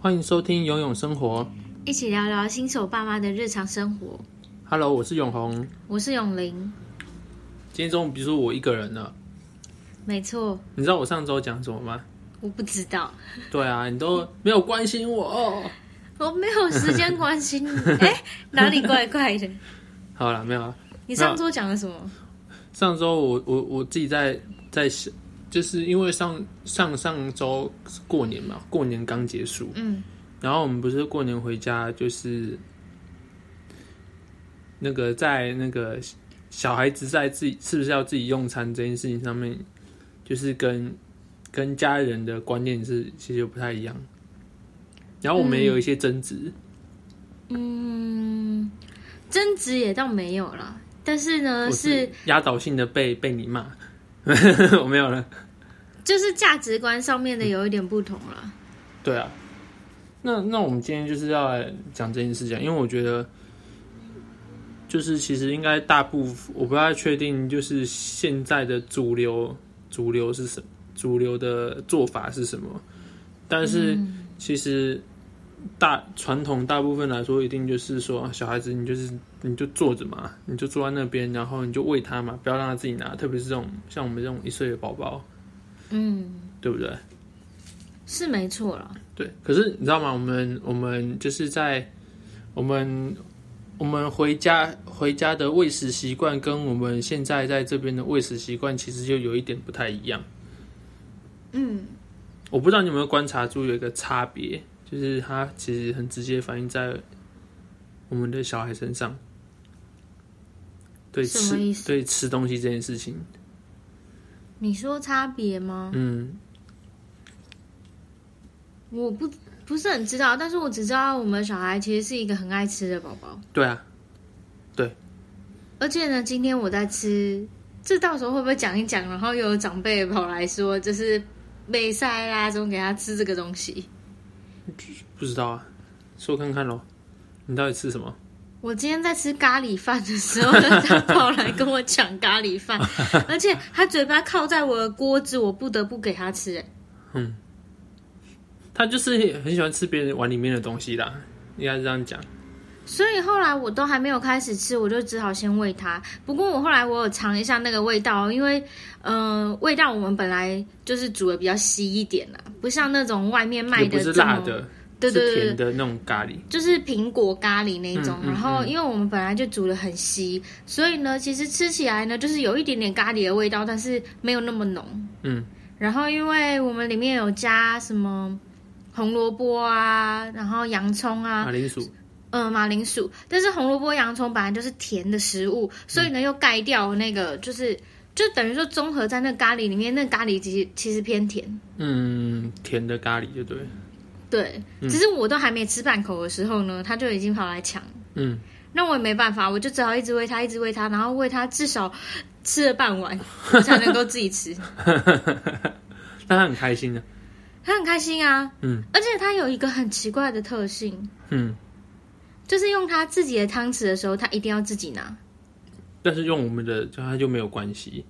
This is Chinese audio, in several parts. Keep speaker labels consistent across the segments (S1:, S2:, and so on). S1: 欢迎收听《游泳生活
S2: 一起聊聊新手爸妈的日常生活。》。
S1: Hello，我是永红。
S2: 我是永玲，
S1: 今天中午不是我一个人了。
S2: 没错，
S1: 你知道我上周讲什么吗？
S2: 我不知道，
S1: 对啊，你都没有关心我。
S2: 我没有时间关心你。哎、哪里怪怪的？
S1: 好了，没有啊。
S2: 你上周讲了什么？
S1: 上周我我我自己在在想，就是因为上上上周是过年嘛，过年刚结束，
S2: 嗯，
S1: 然后我们不是过年回家，就是那个在那个小孩子在自己是不是要自己用餐这件事情上面，就是跟跟家人的观念是其实不太一样。然后我们也有一些争执，
S2: 嗯争执也倒没有啦，但是呢，
S1: 我
S2: 是
S1: 压倒性的被被你骂， 我没有了。
S2: 就是价值观上面的有一点不同啦。
S1: 对啊，那那我们今天就是要来讲这件事情，因为我觉得，就是其实应该大部分我不太确定，就是现在的主流主流是什主流的做法是什么，但是其实大传统大部分来说，一定就是说啊小孩子你就是你就坐着嘛，你就坐在那边，然后你就喂他嘛，不要让他自己拿，特别是这种像我们这种一岁的宝宝，
S2: 嗯，
S1: 对不对？
S2: 是没错啦。
S1: 对，可是你知道吗？我们我们就是在我们我们回家回家的喂食习惯，跟我们现在在这边的喂食习惯，其实就有一点不太一样。
S2: 嗯，
S1: 我不知道你有没有观察出有一个差别，就是它其实很直接反映在我们的小孩身上。对
S2: 什么意
S1: 吃
S2: 思
S1: 对吃东西这件事情，
S2: 你说差别吗？
S1: 嗯，
S2: 我不不是很知道，但是我只知道我们小孩其实是一个很爱吃的宝宝。
S1: 对啊，
S2: 而且呢，今天我在吃，这到时候会不会讲一讲，然后又有长辈跑来说，就是被塞啦，怎么给他吃这个东西？
S1: 不知道啊，说看看咯，你到底吃什么？
S2: 我今天在吃咖喱饭的时候，他跑来跟我抢咖喱 饭，而且他嘴巴靠在我的锅子，我不得不给他吃、哎
S1: 他就是很喜欢吃别人碗里面的东西啦，应该是这样讲。
S2: 所以后来我都还没有开始吃，我就只好先喂它。不过我后来我有尝一下那个味道，哦因为嗯、呃味道我们本来就是煮的比较稀一点啦，啊不像那种外面卖
S1: 也
S2: 的
S1: 不是
S2: 这么
S1: 辣的，
S2: 对对对
S1: 是
S2: 对
S1: 甜的那种咖喱。
S2: 就是苹果咖喱那一种，
S1: 嗯嗯
S2: 然后因为我们本来就煮的很稀，所以呢，其实吃起来呢，就是有一点点咖喱的味道，但是没有那么浓。
S1: 嗯，
S2: 然后因为我们里面有加什么红萝卜啊，然后洋葱啊，
S1: 马铃薯，
S2: 嗯、马铃薯，但是红萝卜、洋葱本来就是甜的食物，所以呢又盖掉那个，就是就等于说综合在那咖喱里面，那咖喱其实其实偏甜。
S1: 嗯，甜的咖喱就对了。
S2: 对，
S1: 嗯
S2: 只是我都还没吃半口的时候呢，他就已经跑来抢。
S1: 嗯，
S2: 那我也没办法，我就只好一直喂它，一直喂它，然后喂它至少吃了半碗才能够自 己吃。
S1: 但他很开心的、
S2: 它很开心啊，
S1: 嗯，
S2: 而且它有一个很奇怪的特性，
S1: 嗯，
S2: 就是用它自己的汤匙的时候，它一定要自己拿。
S1: 但是用我们的就他就没有关系。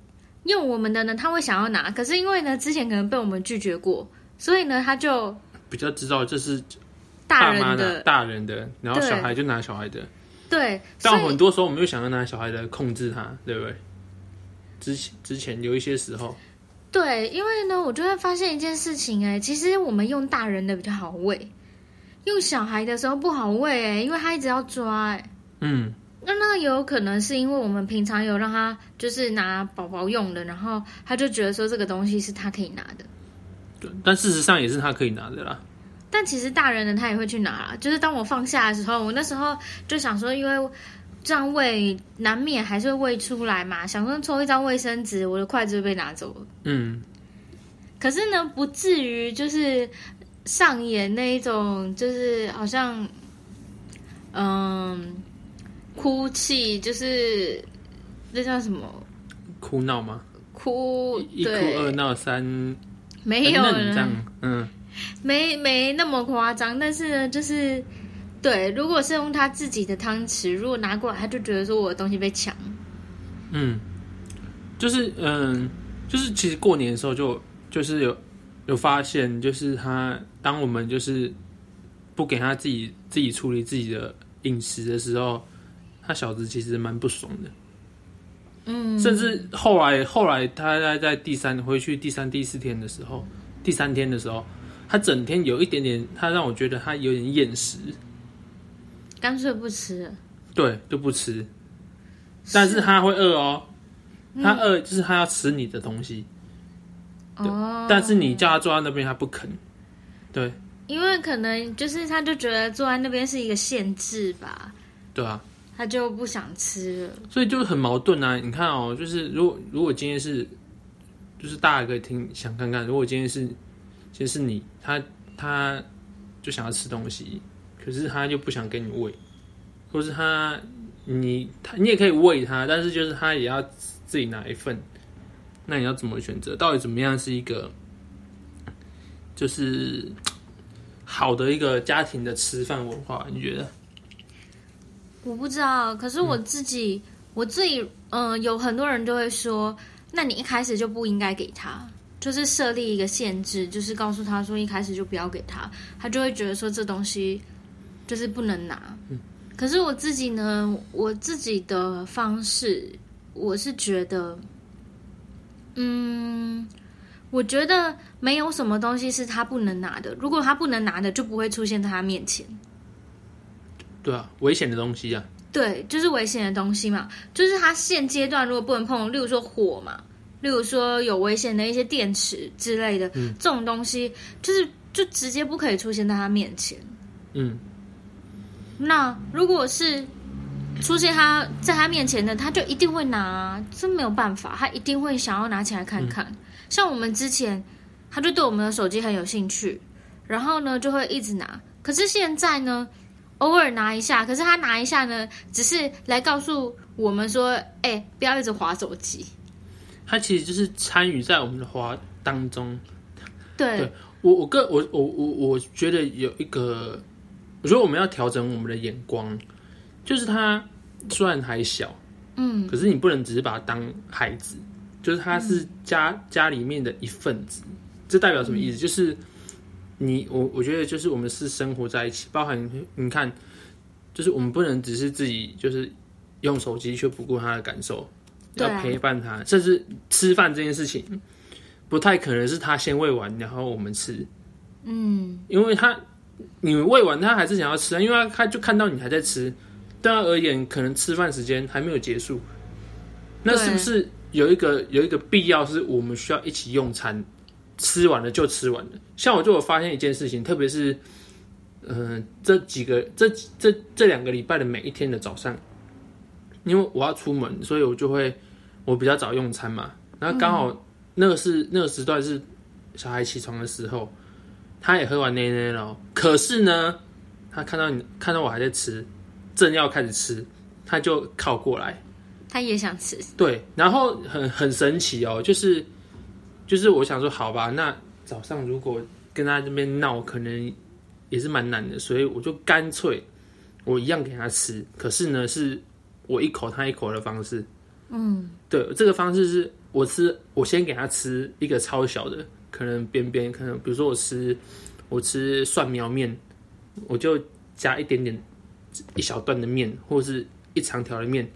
S2: 用我们的呢，它会想要拿，可是因为呢，之前可能被我们拒绝过，所以呢，它就
S1: 比较知道这是爸妈
S2: 大人
S1: 拿
S2: 的
S1: 大人的，然后
S2: 对
S1: 小孩就拿小孩的。
S2: 对，所
S1: 但
S2: 以
S1: 很多时候我们又想要拿小孩的控制他，对不对？之前之前有一些时候，
S2: 对，因为呢，我就会发现一件事情、哎，其实我们用大人的比较好喂，用小孩的时候不好喂、哎，因为他一直要抓、哎。
S1: 嗯，
S2: 那那也有可能是因为我们平常有让他就是拿宝宝用的，然后他就觉得说这个东西是他可以拿的，
S1: 对但事实上也是他可以拿的啦。
S2: 但其实大人呢他也会去拿啦。就是当我放下的时候，我那时候就想说，因为这样喂难免还是会喂出来嘛，想说抽一张卫生纸，我的筷子就被拿走了。
S1: 嗯，
S2: 可是呢，不至于就是上演那一种，就是好像嗯哭泣，就是那叫什么？
S1: 哭闹吗？
S2: 哭，
S1: 一哭
S2: 对，
S1: 二闹三，
S2: 没有
S1: 很嫩这
S2: 了，
S1: 样，嗯。
S2: 没没那么夸张，但是呢，就是对，如果是用他自己的汤匙，如果拿过来，他就觉得说我的东西被抢，
S1: 嗯，就是嗯，就是其实过年的时候就就是有有发现，就是他当我们就是不给他自己自己处理自己的饮食的时候，他小子其实蛮不爽的。
S2: 嗯，
S1: 甚至后来后来他在在第三回去第三第四天的时候，第三天的时候，他整天有一点点，他让我觉得他有点厌食，
S2: 干脆不吃了。
S1: 对，就不吃。但是他会饿哦，他饿就是他要吃你的东西，
S2: 哦，
S1: 但是你叫他坐在那边，他不肯。对
S2: 因为可能就是他就觉得坐啊在那边是一个限制吧，
S1: 对啊，
S2: 他就不想吃了。
S1: 所以就很矛盾啊！你看哦，就是如果如果今天是，就是大家可以听想看看，如果今天是，今天是你，他他就想要吃东西，可是他就不想给你喂，或是他你他你也可以喂他，但是就是他也要自己拿一份，那你要怎么选择？到底怎么样是一个，就是好的一个家庭的吃饭文化？你觉得？
S2: 我不知道，可是我自己，我自己，嗯、有很多人就会说，那你一开始就不应该给他，就是设立一个限制，就是告诉他说一开始就不要给他，他就会觉得说这东西就是不能拿。可是我自己呢，我自己的方式，我是觉得，嗯，我觉得没有什么东西是他不能拿的，如果他不能拿的，就不会出现在他面前。
S1: 对啊，危险的东西啊，
S2: 对，就是危险的东西嘛，就是它现阶段如果不能碰，例如说火嘛，例如说有危险的一些电池之类的，这种东西就是就直接不可以出现在他面前。
S1: 嗯，
S2: 那如果是出现他在他面前的，他就一定会拿啊，这没有办法，他一定会想要拿起来看看。
S1: 嗯
S2: 像我们之前，他就对我们的手机很有兴趣，然后呢就会一直拿。可是现在呢，偶尔拿一下，可是他拿一下呢，只是来告诉我们说，哎、不要一直划手机。
S1: 他其实就是参与在我们的花当中。
S2: 对，
S1: 对我我个我我我我觉得有一个，我觉得我们要调整我们的眼光，就是他虽然还小，
S2: 嗯，
S1: 可是你不能只是把他当孩子，就是他是家、家里面的一份子。这代表什么意思？就是你我我觉得就是我们是生活在一起，包含你你看，就是我们不能只是自己就是用手机却不顾他的感受，
S2: 对
S1: 要
S2: 啊
S1: 陪伴他，甚至吃饭这件事情，不太可能是他先喂完然后我们吃，
S2: 嗯，
S1: 因为他你喂完他还是想要吃啊，因为他他就看到你还在吃，对他而言可能吃饭时间还没有结束，那
S2: 对
S1: 是不是有一个有一个必要是我们需要一起用餐，吃完了就吃完了？像我就有发现一件事情，特别是嗯、呃这几个这这这两个礼拜的每一天的早上，因为我要出门，所以我就会我比较早用餐嘛，然后刚好那个是、那个时段是小孩起床的时候。他也喝完奶奶了哦，可是呢，他看到你看到我还在吃，正要开始吃，他就靠过来，
S2: 他也想吃，
S1: 对，然后很很神奇哦，就是就是我想说，好吧，那早上如果跟他这边闹，可能也是蛮难的，所以我就干脆我一样给他吃，可是呢，是我一口他一口的方式，
S2: 嗯，
S1: 对，这个方式是我吃，我先给他吃一个超小的，可能边边，可能比如说我吃我吃蒜苗面，我就加一点点一小段的面，或者是一长条的面，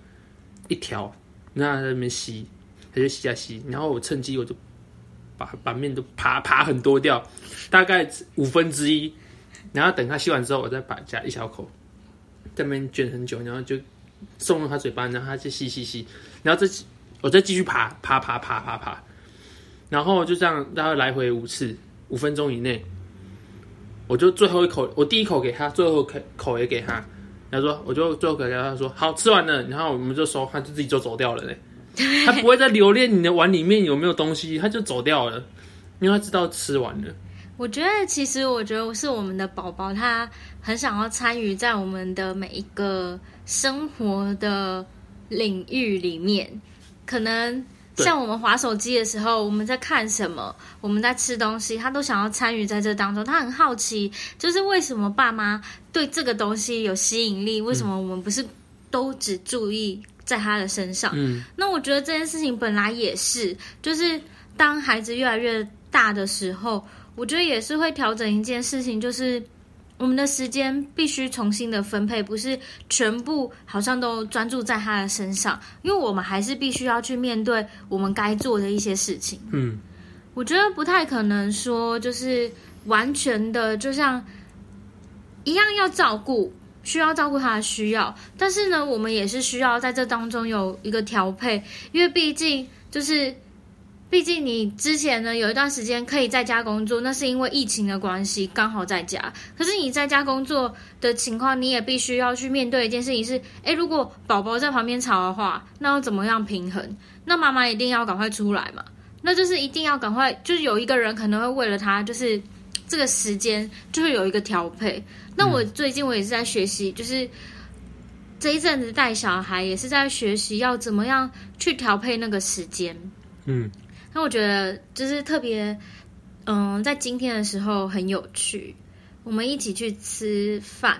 S1: 一条，那他在那边吸，他就吸啊吸，然后我趁机我就把把面都扒扒很多掉，大概五分之一，然后等他吸完之后，我再把加一小口，在那边卷很久，然后就送入他嘴巴，然后他就吸吸吸，然后再我再继续爬爬爬爬爬爬，然后就这样大概来回五次，五分钟以内，我就最后一口，我第一口给他，最后口口也给他，然后说我就最后口给他说好吃完了，然后我们就收，他就自己就走掉了嘞，他不会再留恋你的碗里面有没有东西，他就走掉了，因为他知道吃完了，
S2: 我觉得其实我觉得是我们的宝宝，他很想要参与在我们的每一个生活的领域里面。可能
S1: 对
S2: 像我们划手机的时候，我们在看什么，我们在吃东西，他都想要参与在这当中。他很好奇，就是为什么爸妈对这个东西有吸引力？为什么我们不是都只注意在他的身上？
S1: 嗯，
S2: 那我觉得这件事情本来也是，就是当孩子越来越大的时候，我觉得也是会调整一件事情，就是我们的时间必须重新的分配，不是全部好像都专注在他的身上，因为我们还是必须要去面对我们该做的一些事情。
S1: 嗯，
S2: 我觉得不太可能说就是完全的，就像一样要照顾，需要照顾他的需要，但是呢，我们也是需要在这当中有一个调配，因为毕竟就是。毕竟你之前呢有一段时间可以在家工作，那是因为疫情的关系，刚好在家。可是你在家工作的情况，你也必须要去面对一件事情是：诶，如果宝宝在旁边吵的话，那要怎么样平衡？那妈妈一定要赶快出来嘛。那就是一定要赶快，就是有一个人可能会为了他，就是这个时间就会有一个调配。那我最近我也是在学习，就是这一阵子带小孩也是在学习要怎么样去调配那个时间。
S1: 嗯，
S2: 那我觉得就是特别，嗯，在今天的时候很有趣，我们一起去吃饭，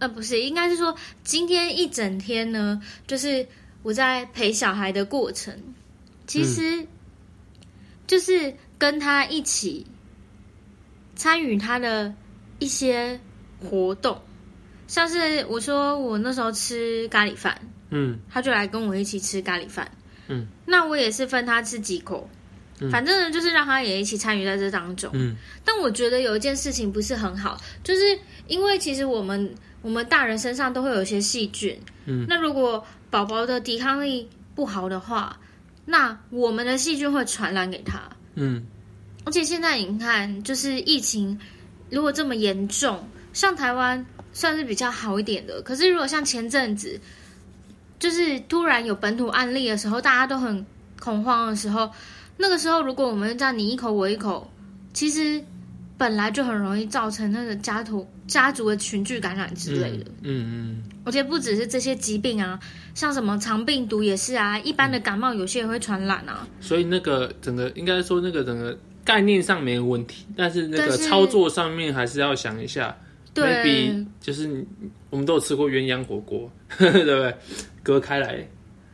S2: 呃，不是，应该是说今天一整天呢，就是我在陪小孩的过程，其实就是跟他一起参与他的一些活动，像是我说我那时候吃咖喱饭，
S1: 嗯，
S2: 他就来跟我一起吃咖喱饭。
S1: 嗯，
S2: 那我也是分他吃几口，
S1: 嗯
S2: 反正呢就是让他也一起参与在这当中。
S1: 嗯，
S2: 但我觉得有一件事情不是很好，就是因为其实我们我们大人身上都会有一些细菌，
S1: 嗯，
S2: 那如果宝宝的抵抗力不好的话，那我们的细菌会传染给他。
S1: 嗯，
S2: 而且现在你看，就是疫情如果这么严重，像台湾算是比较好一点的。可是如果像前阵子，就是突然有本土案例的时候，大家都很恐慌的时候，那个时候如果我们这样你一口我一口，其实本来就很容易造成那个家族家族的群聚感染之类的。
S1: 嗯嗯
S2: 而且不只是这些疾病啊，像什么肠病毒也是啊，一般的感冒有些也会传染啊。
S1: 嗯，所以那个整个应该说那个整个概念上没有问题，但是那个
S2: 但是
S1: 操作上面还是要想一下。
S2: 对
S1: maybe 就是你我们都有吃过鸳鸯火锅， 对不对？隔开来，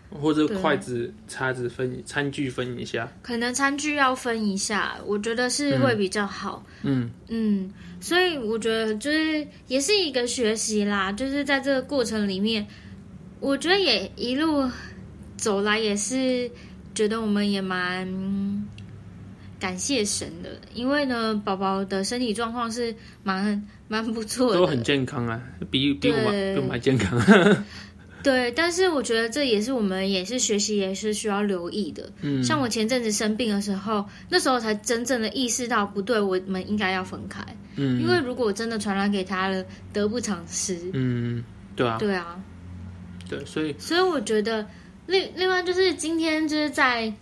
S1: 或者
S2: 对
S1: 筷子、叉子分餐具分一下。
S2: 可能餐具要分一下，我觉得是会比较好。
S1: 嗯
S2: 嗯，所以我觉得就是也是一个学习啦，就是在这个过程里面，我觉得也一路走来也是觉得我们也蛮感谢神的，因为呢，宝宝的身体状况是蛮蛮不错的，
S1: 都很健康啊，比比我们
S2: 对
S1: 比我们还健康。
S2: 对，但是我觉得这也是我们也是学习，也是需要留意的。
S1: 嗯
S2: 像我前阵子生病的时候，那时候才真正的意识到不对，我们应该要分开，
S1: 嗯，
S2: 因为如果我真的传染给他了，得不偿失。
S1: 嗯，对啊，
S2: 对啊，
S1: 对，所以
S2: 所以我觉得另另外就是今天就是在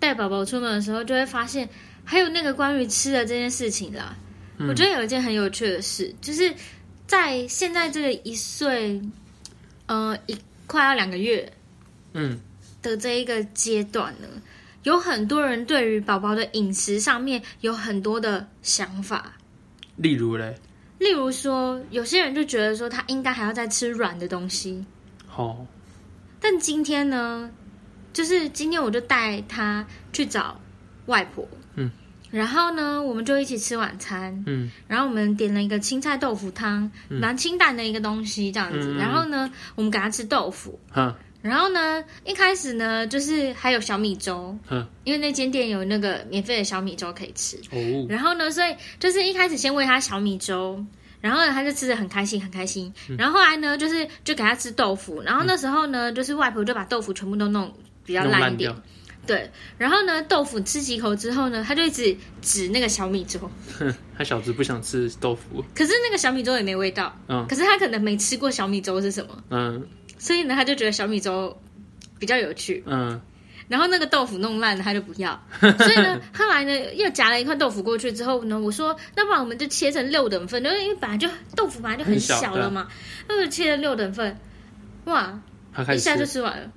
S2: 带宝宝出门的时候，就会发现还有那个关于吃的这件事情啦。
S1: 嗯
S2: 我觉得有一件很有趣的事，就是在现在这个一岁，呃，一快要两个月，
S1: 嗯
S2: 的这一个阶段呢，有很多人对于宝宝的饮食上面有很多的想法。
S1: 例如嘞，
S2: 例如说，有些人就觉得说他应该还要再吃软的东西，
S1: 好、
S2: 但今天呢，就是今天我就带他去找外婆，
S1: 嗯，
S2: 然后呢，我们就一起吃晚餐，
S1: 嗯
S2: 然后我们点了一个青菜豆腐汤，蛮清淡的一个东西这样子，
S1: 嗯嗯嗯
S2: 然后呢，我们给他吃豆腐，
S1: 哈
S2: 然后呢，一开始呢，就是还有小米粥，
S1: 哈
S2: 因为那间店有那个免费的小米粥可以吃。
S1: 哦，
S2: 然后呢，所以就是一开始先喂他小米粥，然后呢他就吃的很开心很开心。
S1: 嗯
S2: 然后后来呢，就是就给他吃豆腐，然后那时候呢，就是外婆就把豆腐全部都弄比较
S1: 弄
S2: 烂一点
S1: 掉，，
S2: 对。然后呢，豆腐吃几口之后呢，他就一直指那个小米粥，
S1: 哼，他小子不想吃豆腐，
S2: 可是那个小米粥也没味道，
S1: 嗯
S2: 可是他可能没吃过小米粥是什么，
S1: 嗯
S2: 所以呢，他就觉得小米粥比较有趣。
S1: 嗯
S2: 然后那个豆腐弄烂了，他就不 要。所以呢，后来呢又夹了一块豆腐过去之后呢，我说那不然我们就切成六等份，因为本来就豆腐本来就很小了嘛，那就切成六等份。哇，
S1: 他开
S2: 一
S1: 始
S2: 下
S1: 吃
S2: 就吃完了。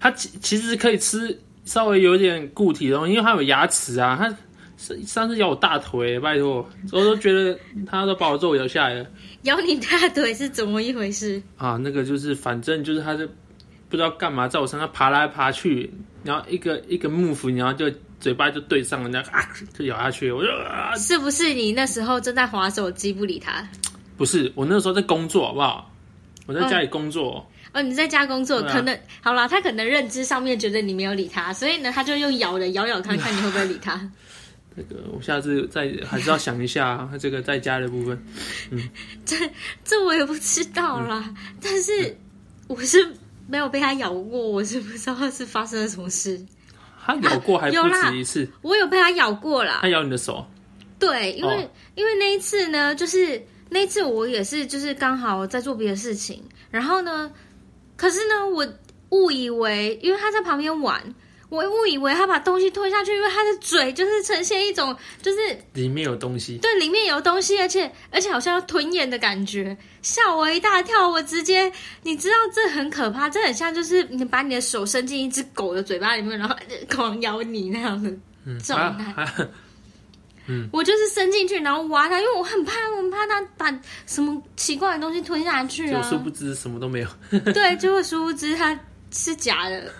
S1: 它其其实可以吃稍微有点固体的东西，因为它有牙齿啊。它上上次咬我大腿，拜托，我都觉得它都把我肉咬下来了
S2: 咬你大腿是怎么一回事？
S1: 啊。那个就是，反正就是它就不知道干嘛，在我身上爬来爬去，然后一个一个 move，然后就嘴巴就对上人家啊，就咬下去，我就啊，
S2: 是不是你那时候正在划手机不理他？
S1: 不是，我那时候在工作，好不好？我在家里工作，
S2: 哦，你在家工作，
S1: 对啊
S2: 可能好啦，他可能认知上面觉得你没有理他，所以呢，他就用咬的咬咬看看你会不会理他。
S1: 这个我下次再还是要想一下、 啊、这个在家的部分。
S2: 这我也不知道啦，但是我是没有被他咬过，我是不知道是发生了什么事。
S1: 他咬过还不
S2: 有啦
S1: 止一次，
S2: 我有被他咬过啦
S1: 他，咬你的手，
S2: 对，因为、
S1: 哎哦
S2: 因为那一次呢，就是那一次我也是就是刚好在做别的事情，然后呢，可是呢，我误以为因为他在旁边玩，我误以为他把东西推下去，因为他的嘴就是呈现一种就是
S1: 里面有东西，
S2: 对里面有东西，而且而且好像要吞咽的感觉，吓我一大跳，我直接你知道这很可怕，这很像就是你把你的手伸进一只狗的嘴巴里面，然后狂咬你那样子。
S1: 嗯，
S2: 重
S1: 啊
S2: 来
S1: 啊，
S2: 我就是伸进去，然后挖它，因为我很怕，我很怕它把什么奇怪的东西吞下去
S1: 就
S2: 啊。
S1: 殊不知什么都没 有，
S2: 对，结果殊不知它是假的，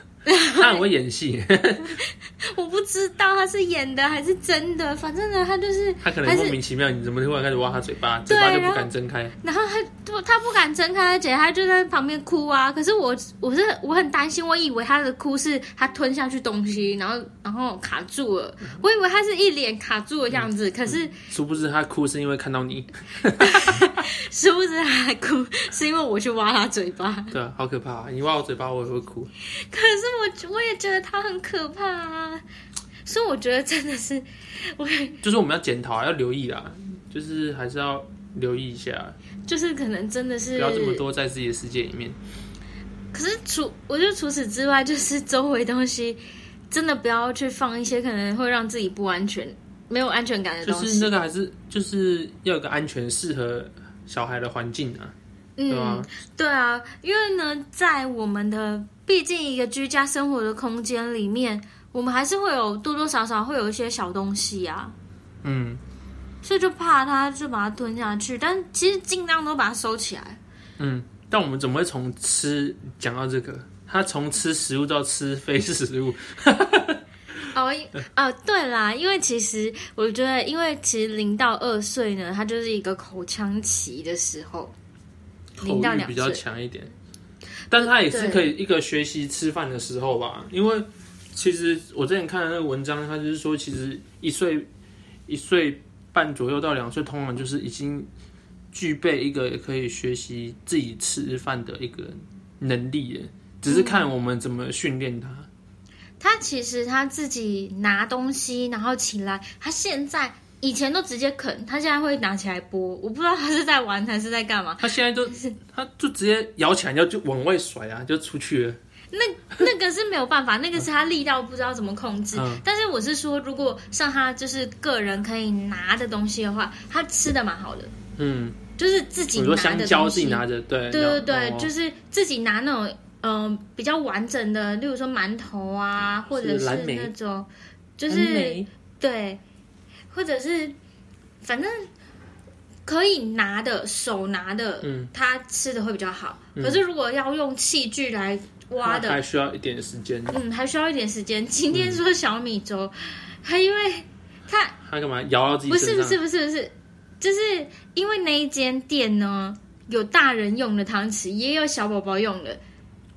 S1: 他很会演 戏，
S2: 我不知道它是演的还是真的，反正呢，它就是，
S1: 他可能
S2: 还
S1: 莫
S2: 是
S1: 名其妙，你怎么突然开始挖他嘴巴，嘴巴就
S2: 然
S1: 不
S2: 后
S1: 敢睁开，
S2: 然后它不，它不敢睁开，而且它就在旁边哭啊。可是我，我是我很担心，我以为它的哭是它吞下去东西，然后然后卡住了，我以为它是一脸卡住的样
S1: 嗯
S2: 子，可是
S1: 殊不知他哭是因为看到你，
S2: 殊不知它还哭是因为我去挖它嘴巴。
S1: 对啊，好可怕啊，你挖我嘴巴我也会哭，
S2: 可是我我也觉得他很可怕啊，所以我觉得真的是我
S1: 就是我们要检讨啊，要留意啦，就是还是要留意一下，
S2: 就是可能真的
S1: 不
S2: 是
S1: 要这么多在自己的世界里面。
S2: 可是除我觉得除此之外，就是周围东西真的不要去放一些可能会让自己不安全、没有安全感的
S1: 就
S2: 东西。
S1: 是那个还是就是要有个安全适合小孩的环境啊，对吧、
S2: 嗯，对啊，因为呢，在我们的毕竟一个居家生活的空间里面，我们还是会有多多少少会有一些小东西啊。
S1: 嗯
S2: 所以就怕它就把它吞下去，但其实尽量都把它收起来。
S1: 嗯。但我们怎么会从吃讲到这个？他从吃食物到吃非食物，
S2: 哦，因哦，对啦，因为其实我觉得，因为其实零到二岁呢，它就是一个口腔期的时候，
S1: 口
S2: 零到
S1: 欲
S2: 两
S1: 比较
S2: 岁，
S1: 强一点，但是他也是
S2: 对
S1: 可以一个学习吃饭的时候吧，因为其实我之前看的那个文章，他就是说，其实一岁一岁半左右到两岁，通常就是已经具备一个可以学习自己吃饭的一个能力了，只是看我们怎么训练他。
S2: 它其实它自己拿东西，然后起来，它现在以前都直接啃，它现在会拿起来剥，我不知道它是在玩还是在干嘛。
S1: 他现在就他就直接摇起来，然后就往外甩啊，就出去了。
S2: 那个是没有办法，那个是他力道不知道怎么控制。
S1: 嗯
S2: 但是我是说，如果像他就是个人可以拿的东西的话，他吃的蛮好的，
S1: 嗯，
S2: 就是自己
S1: 我
S2: 拿
S1: 说香
S2: 的东西。啊
S1: 蕉自己拿着，对
S2: 对对对，
S1: 哦
S2: 就是自己拿那种嗯、呃比较完整的，例如说馒头啊，或者
S1: 嗯是
S2: 是
S1: 蓝莓
S2: 那种就
S1: 蓝
S2: 是
S1: 莓
S2: 对，或者是反正可以拿的手拿的，
S1: 嗯，
S2: 他吃的会比较好。可是如果要用器具来挖的
S1: 还需要一点时间。
S2: 嗯，还需要一点时间。
S1: 嗯
S2: 今天说小米粥，还因为它
S1: 他干嘛摇到自己
S2: 不是
S1: 身
S2: 不
S1: 上？
S2: 是不是不是，就是因为那一间店呢，有大人用的汤匙，也有小宝宝用的，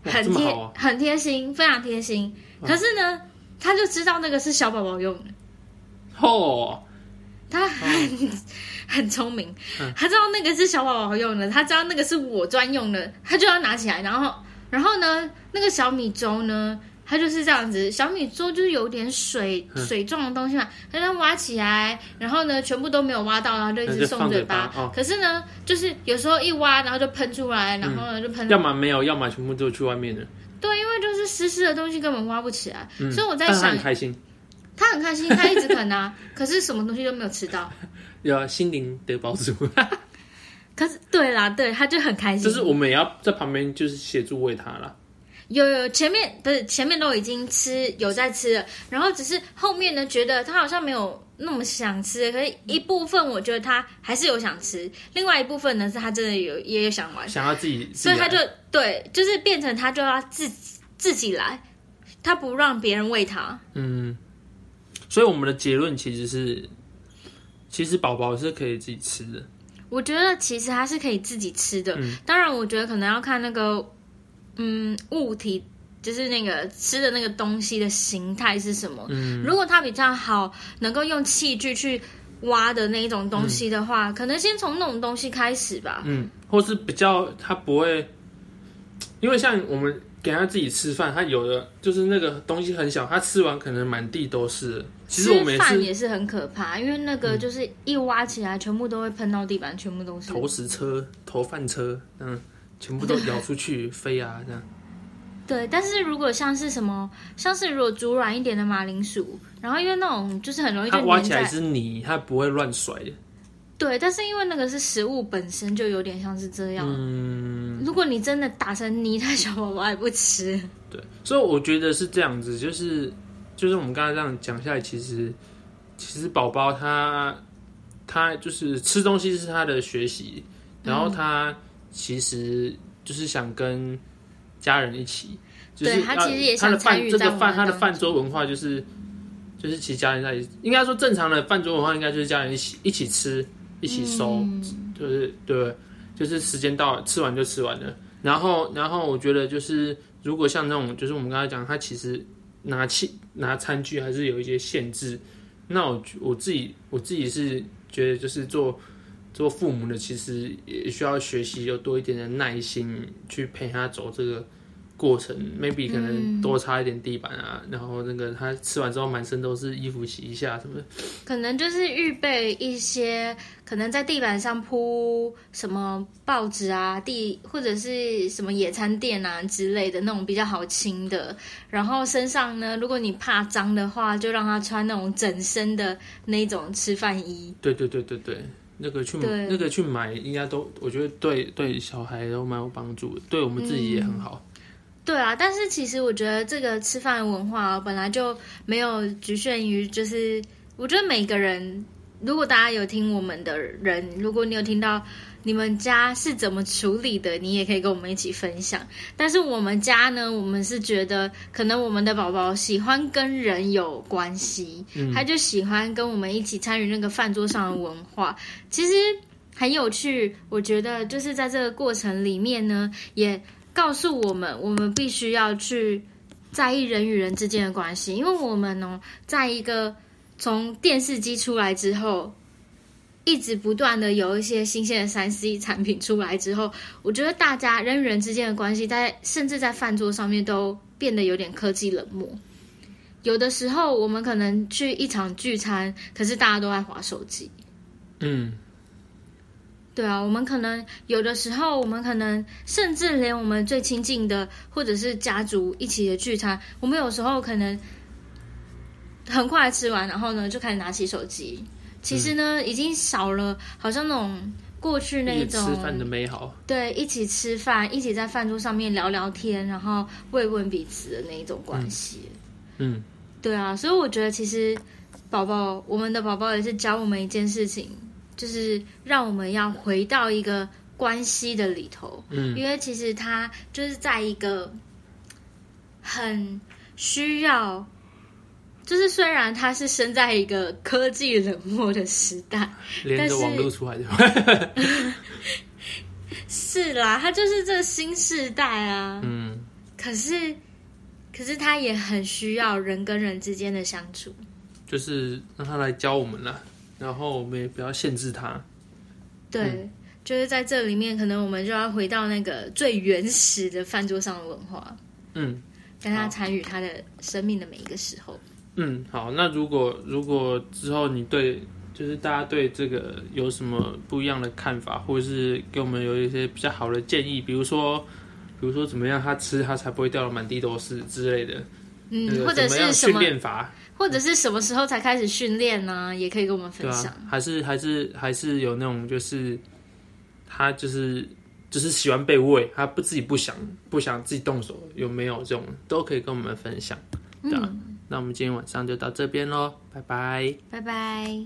S1: 哇
S2: 很
S1: 这么
S2: 贴、
S1: 好啊嗯
S2: 很贴心，非常贴心。可是呢，他就知道那个是小宝宝用的，
S1: 哦，
S2: 他很、 很聪明，
S1: 嗯
S2: 他知道那个是小宝宝用的，他知道那个是我专用的，他就要拿起来，然后然后呢，那个小米粥呢，它就是这样子，小米粥就是有点水
S1: 嗯
S2: 水状的东西嘛，它它挖起来，然后呢全部都没有挖到，然后就一
S1: 那
S2: 直
S1: 就
S2: 送
S1: 放
S2: 嘴
S1: 嘴巴哦
S2: 可是呢，就是有时候一挖，然后就喷出来，然后呢就喷，
S1: 要么没有，要么全部都去外面了。
S2: 对，因为就是湿湿的东西根本挖不起来，
S1: 嗯
S2: 所以我在
S1: 但是他
S2: 想
S1: 很，开心，
S2: 他很开心，他一直啃啊，可是什么东西都没有吃到。
S1: 要心灵得饱 足，
S2: 可是对啦，对，他就很开心。
S1: 就是我们也要在旁边就是协助喂他 啦。
S2: 有有前面不是前面都已经吃有在吃了，然后只是后面呢觉得他好像没有那么想吃，可是一部分我觉得他还是有想吃，另外一部分呢是他真的有也有想玩，
S1: 想要自己，
S2: 所以他
S1: 自己
S2: 就
S1: 来
S2: 对，就是变成他就要自己自己来，他不让别人喂他。
S1: 嗯，所以我们的结论其实是，其实宝宝是可以自己吃的。
S2: 我觉得其实它是可以自己吃的，
S1: 嗯
S2: 当然我觉得可能要看那个，嗯，物体就是那个吃的那个东西的形态是什么。嗯，如果它比较好，能够用器具去挖的那一种东西的话，可能先从那种东西开始吧。
S1: 嗯，或是比较他不会，因为像我们给他自己吃饭，他有的就是那个东西很小，他吃完可能满地都是了。其实我嗯们
S2: 吃
S1: 也
S2: 饭
S1: 是
S2: 也是很可怕，因为那个就是一挖起来，全部都会喷到地板，全部都是。
S1: 投食车、投饭车，嗯，全部都咬出去飞啊，这样。
S2: 对，但是如果像是什么，像是如果煮软一点的马铃薯，然后因为那种就是很容易就
S1: 它挖
S2: 粘
S1: 起来
S2: 在，
S1: 是泥，它不会乱甩的。
S2: 对，但是因为那个是食物本身就有点像是这样。
S1: 嗯，
S2: 如果你真的打成泥，他 小宝宝也不吃。
S1: 对，所以我觉得是这样子，就是就是我们刚才这样讲下来，其实其实宝宝他他就是吃东西是他的学习，然
S2: 嗯
S1: 后他其实就是想跟家人一起，就是
S2: 对他
S1: 要
S2: 其实也
S1: 他的
S2: 想参
S1: 饭
S2: 与
S1: 这
S2: 在
S1: 个
S2: 我们
S1: 饭他的
S2: 当
S1: 饭桌文化就是就是其实家人在一起，应该说正常的饭桌文化应该就是家人一起一起吃一起
S2: 嗯
S1: 收，就是对，就是时间到了，吃完就吃完了。然后，然后我觉得就是，如果像那种，就是我们刚才讲，它其实拿器拿餐具还是有一些限制。那我我自己我自己是觉得，就是做做父母的，其实也需要学习有多一点的耐心去陪他走这个过程。maybe 可能多擦一点地板啊，然后那个他吃完之后满身都是衣服洗一下什么的。
S2: 可能就是预备一些，可能在地板上铺什么报纸啊、地或者是什么野餐垫啊之类的那种比较好清的。然后身上呢，如果你怕脏的话，就让他穿那种整身的那种吃饭衣。
S1: 对对对对对，那个去
S2: 对
S1: 那个去买，应该都我觉得对对小孩都蛮有帮助的，对我们自己也很好。
S2: 对啊，但是其实我觉得这个吃饭文化哦本来就没有局限于，就是我觉得每个人，如果大家有听我们的人，如果你有听到你们家是怎么处理的，你也可以跟我们一起分享。但是我们家呢，我们是觉得可能我们的宝宝喜欢跟人有关系，他就喜欢跟我们一起参与那个饭桌上的文化。其实很有趣，我觉得就是在这个过程里面呢，也告诉我们，我们必须要去在意人与人之间的关系，因为我们呢、在一个从电视机出来之后，一直不断的有一些新鲜的三 C 产品出来之后，我觉得大家人与人之间的关系在，甚至在饭桌上面都变得有点科技冷漠。有的时候，我们可能去一场聚餐，可是大家都在划手机。
S1: 嗯，
S2: 对啊，我们可能有的时候，我们可能甚至连我们最亲近的，或者是家族一起的聚餐，我们有时候可能很快吃完，然后呢就开始拿起手机。
S1: 嗯
S2: 其实呢，已经少了好像那种过去那
S1: 一起
S2: 种
S1: 吃饭的美好。
S2: 对一起吃饭，一起在饭桌上面聊聊天，然后慰问彼此的那一种关系。
S1: 嗯，
S2: 对啊，所以我觉得其实宝宝，我们的宝宝也是教我们一件事情，就是让我们要回到一个关系的里头。
S1: 嗯，
S2: 因为其实他就是在一个很需要，就是虽然他是生在一个科技冷漠的时代，
S1: 连
S2: 但是
S1: 着网络出来的，
S2: 是啦，他就是这个新时代啊。
S1: 嗯，
S2: 可是，可是他也很需要人跟人之间的相处。
S1: 就是让他来教我们啦，然后我们也不要限制他。
S2: 对，
S1: 嗯
S2: 就是在这里面，可能我们就要回到那个最原始的饭桌上的文化，
S1: 嗯
S2: 让他参与他的生命的每一个时候。
S1: 嗯，好，那如果如果之后你对就是大家对这个有什么不一样的看法，或者是给我们有一些比较好的建议，比如说。比如说怎么样，他吃他才不会掉的满地都是之类的，那
S2: 嗯，
S1: 个
S2: 或者
S1: 怎么样
S2: 是什
S1: 训
S2: 么，
S1: 练法，
S2: 或者是什么时候才开始训练呢？也可以跟我们
S1: 对
S2: 分享
S1: 啊。，还是还是还是有那种就是他就是就是喜欢被喂，他不自己不想
S2: 嗯
S1: 不想自己动手，有没有这种都可以跟我们
S2: 嗯
S1: 分享。对啊，那我们今天晚上就到这边喽，拜拜。
S2: 拜拜。